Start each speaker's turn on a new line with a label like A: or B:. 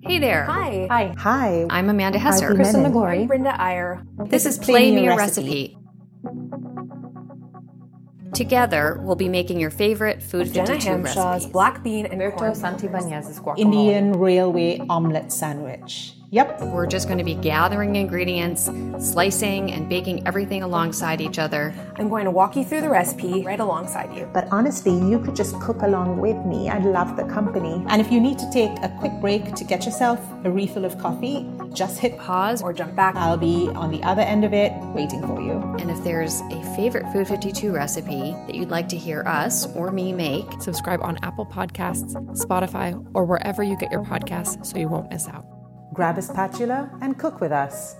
A: Hey there.
B: Hi.
C: Hi.
D: Hi.
A: I'm Amanda Hesser.
D: Kristen Menon.
B: I'm
C: McGlory.
B: Brenda Iyer.
A: This is Play Me a Recipe. Together, we'll be making your favorite Food
B: Jenna
A: 52
B: Hamshaw's
A: recipes.
B: black bean and corn.
C: Santibanez's guacamole.
D: Indian Railway Omelette Sandwich. Yep.
A: We're just going to be gathering ingredients, slicing, and baking everything alongside each other.
B: I'm going to walk you through the recipe right alongside you.
D: But honestly, you could just cook along with me. I'd love the company. And if you need to take a quick break to get yourself a refill of coffee, just hit pause.
A: Pause,
B: Or jump back.
D: I'll be on the other end of it waiting for you.
A: and if there's a favorite Food 52 recipe that you'd like to hear us or me make,
E: Subscribe on Apple Podcasts, Spotify, or wherever you get your podcasts so you won't miss out.
D: Grab a spatula and cook with us.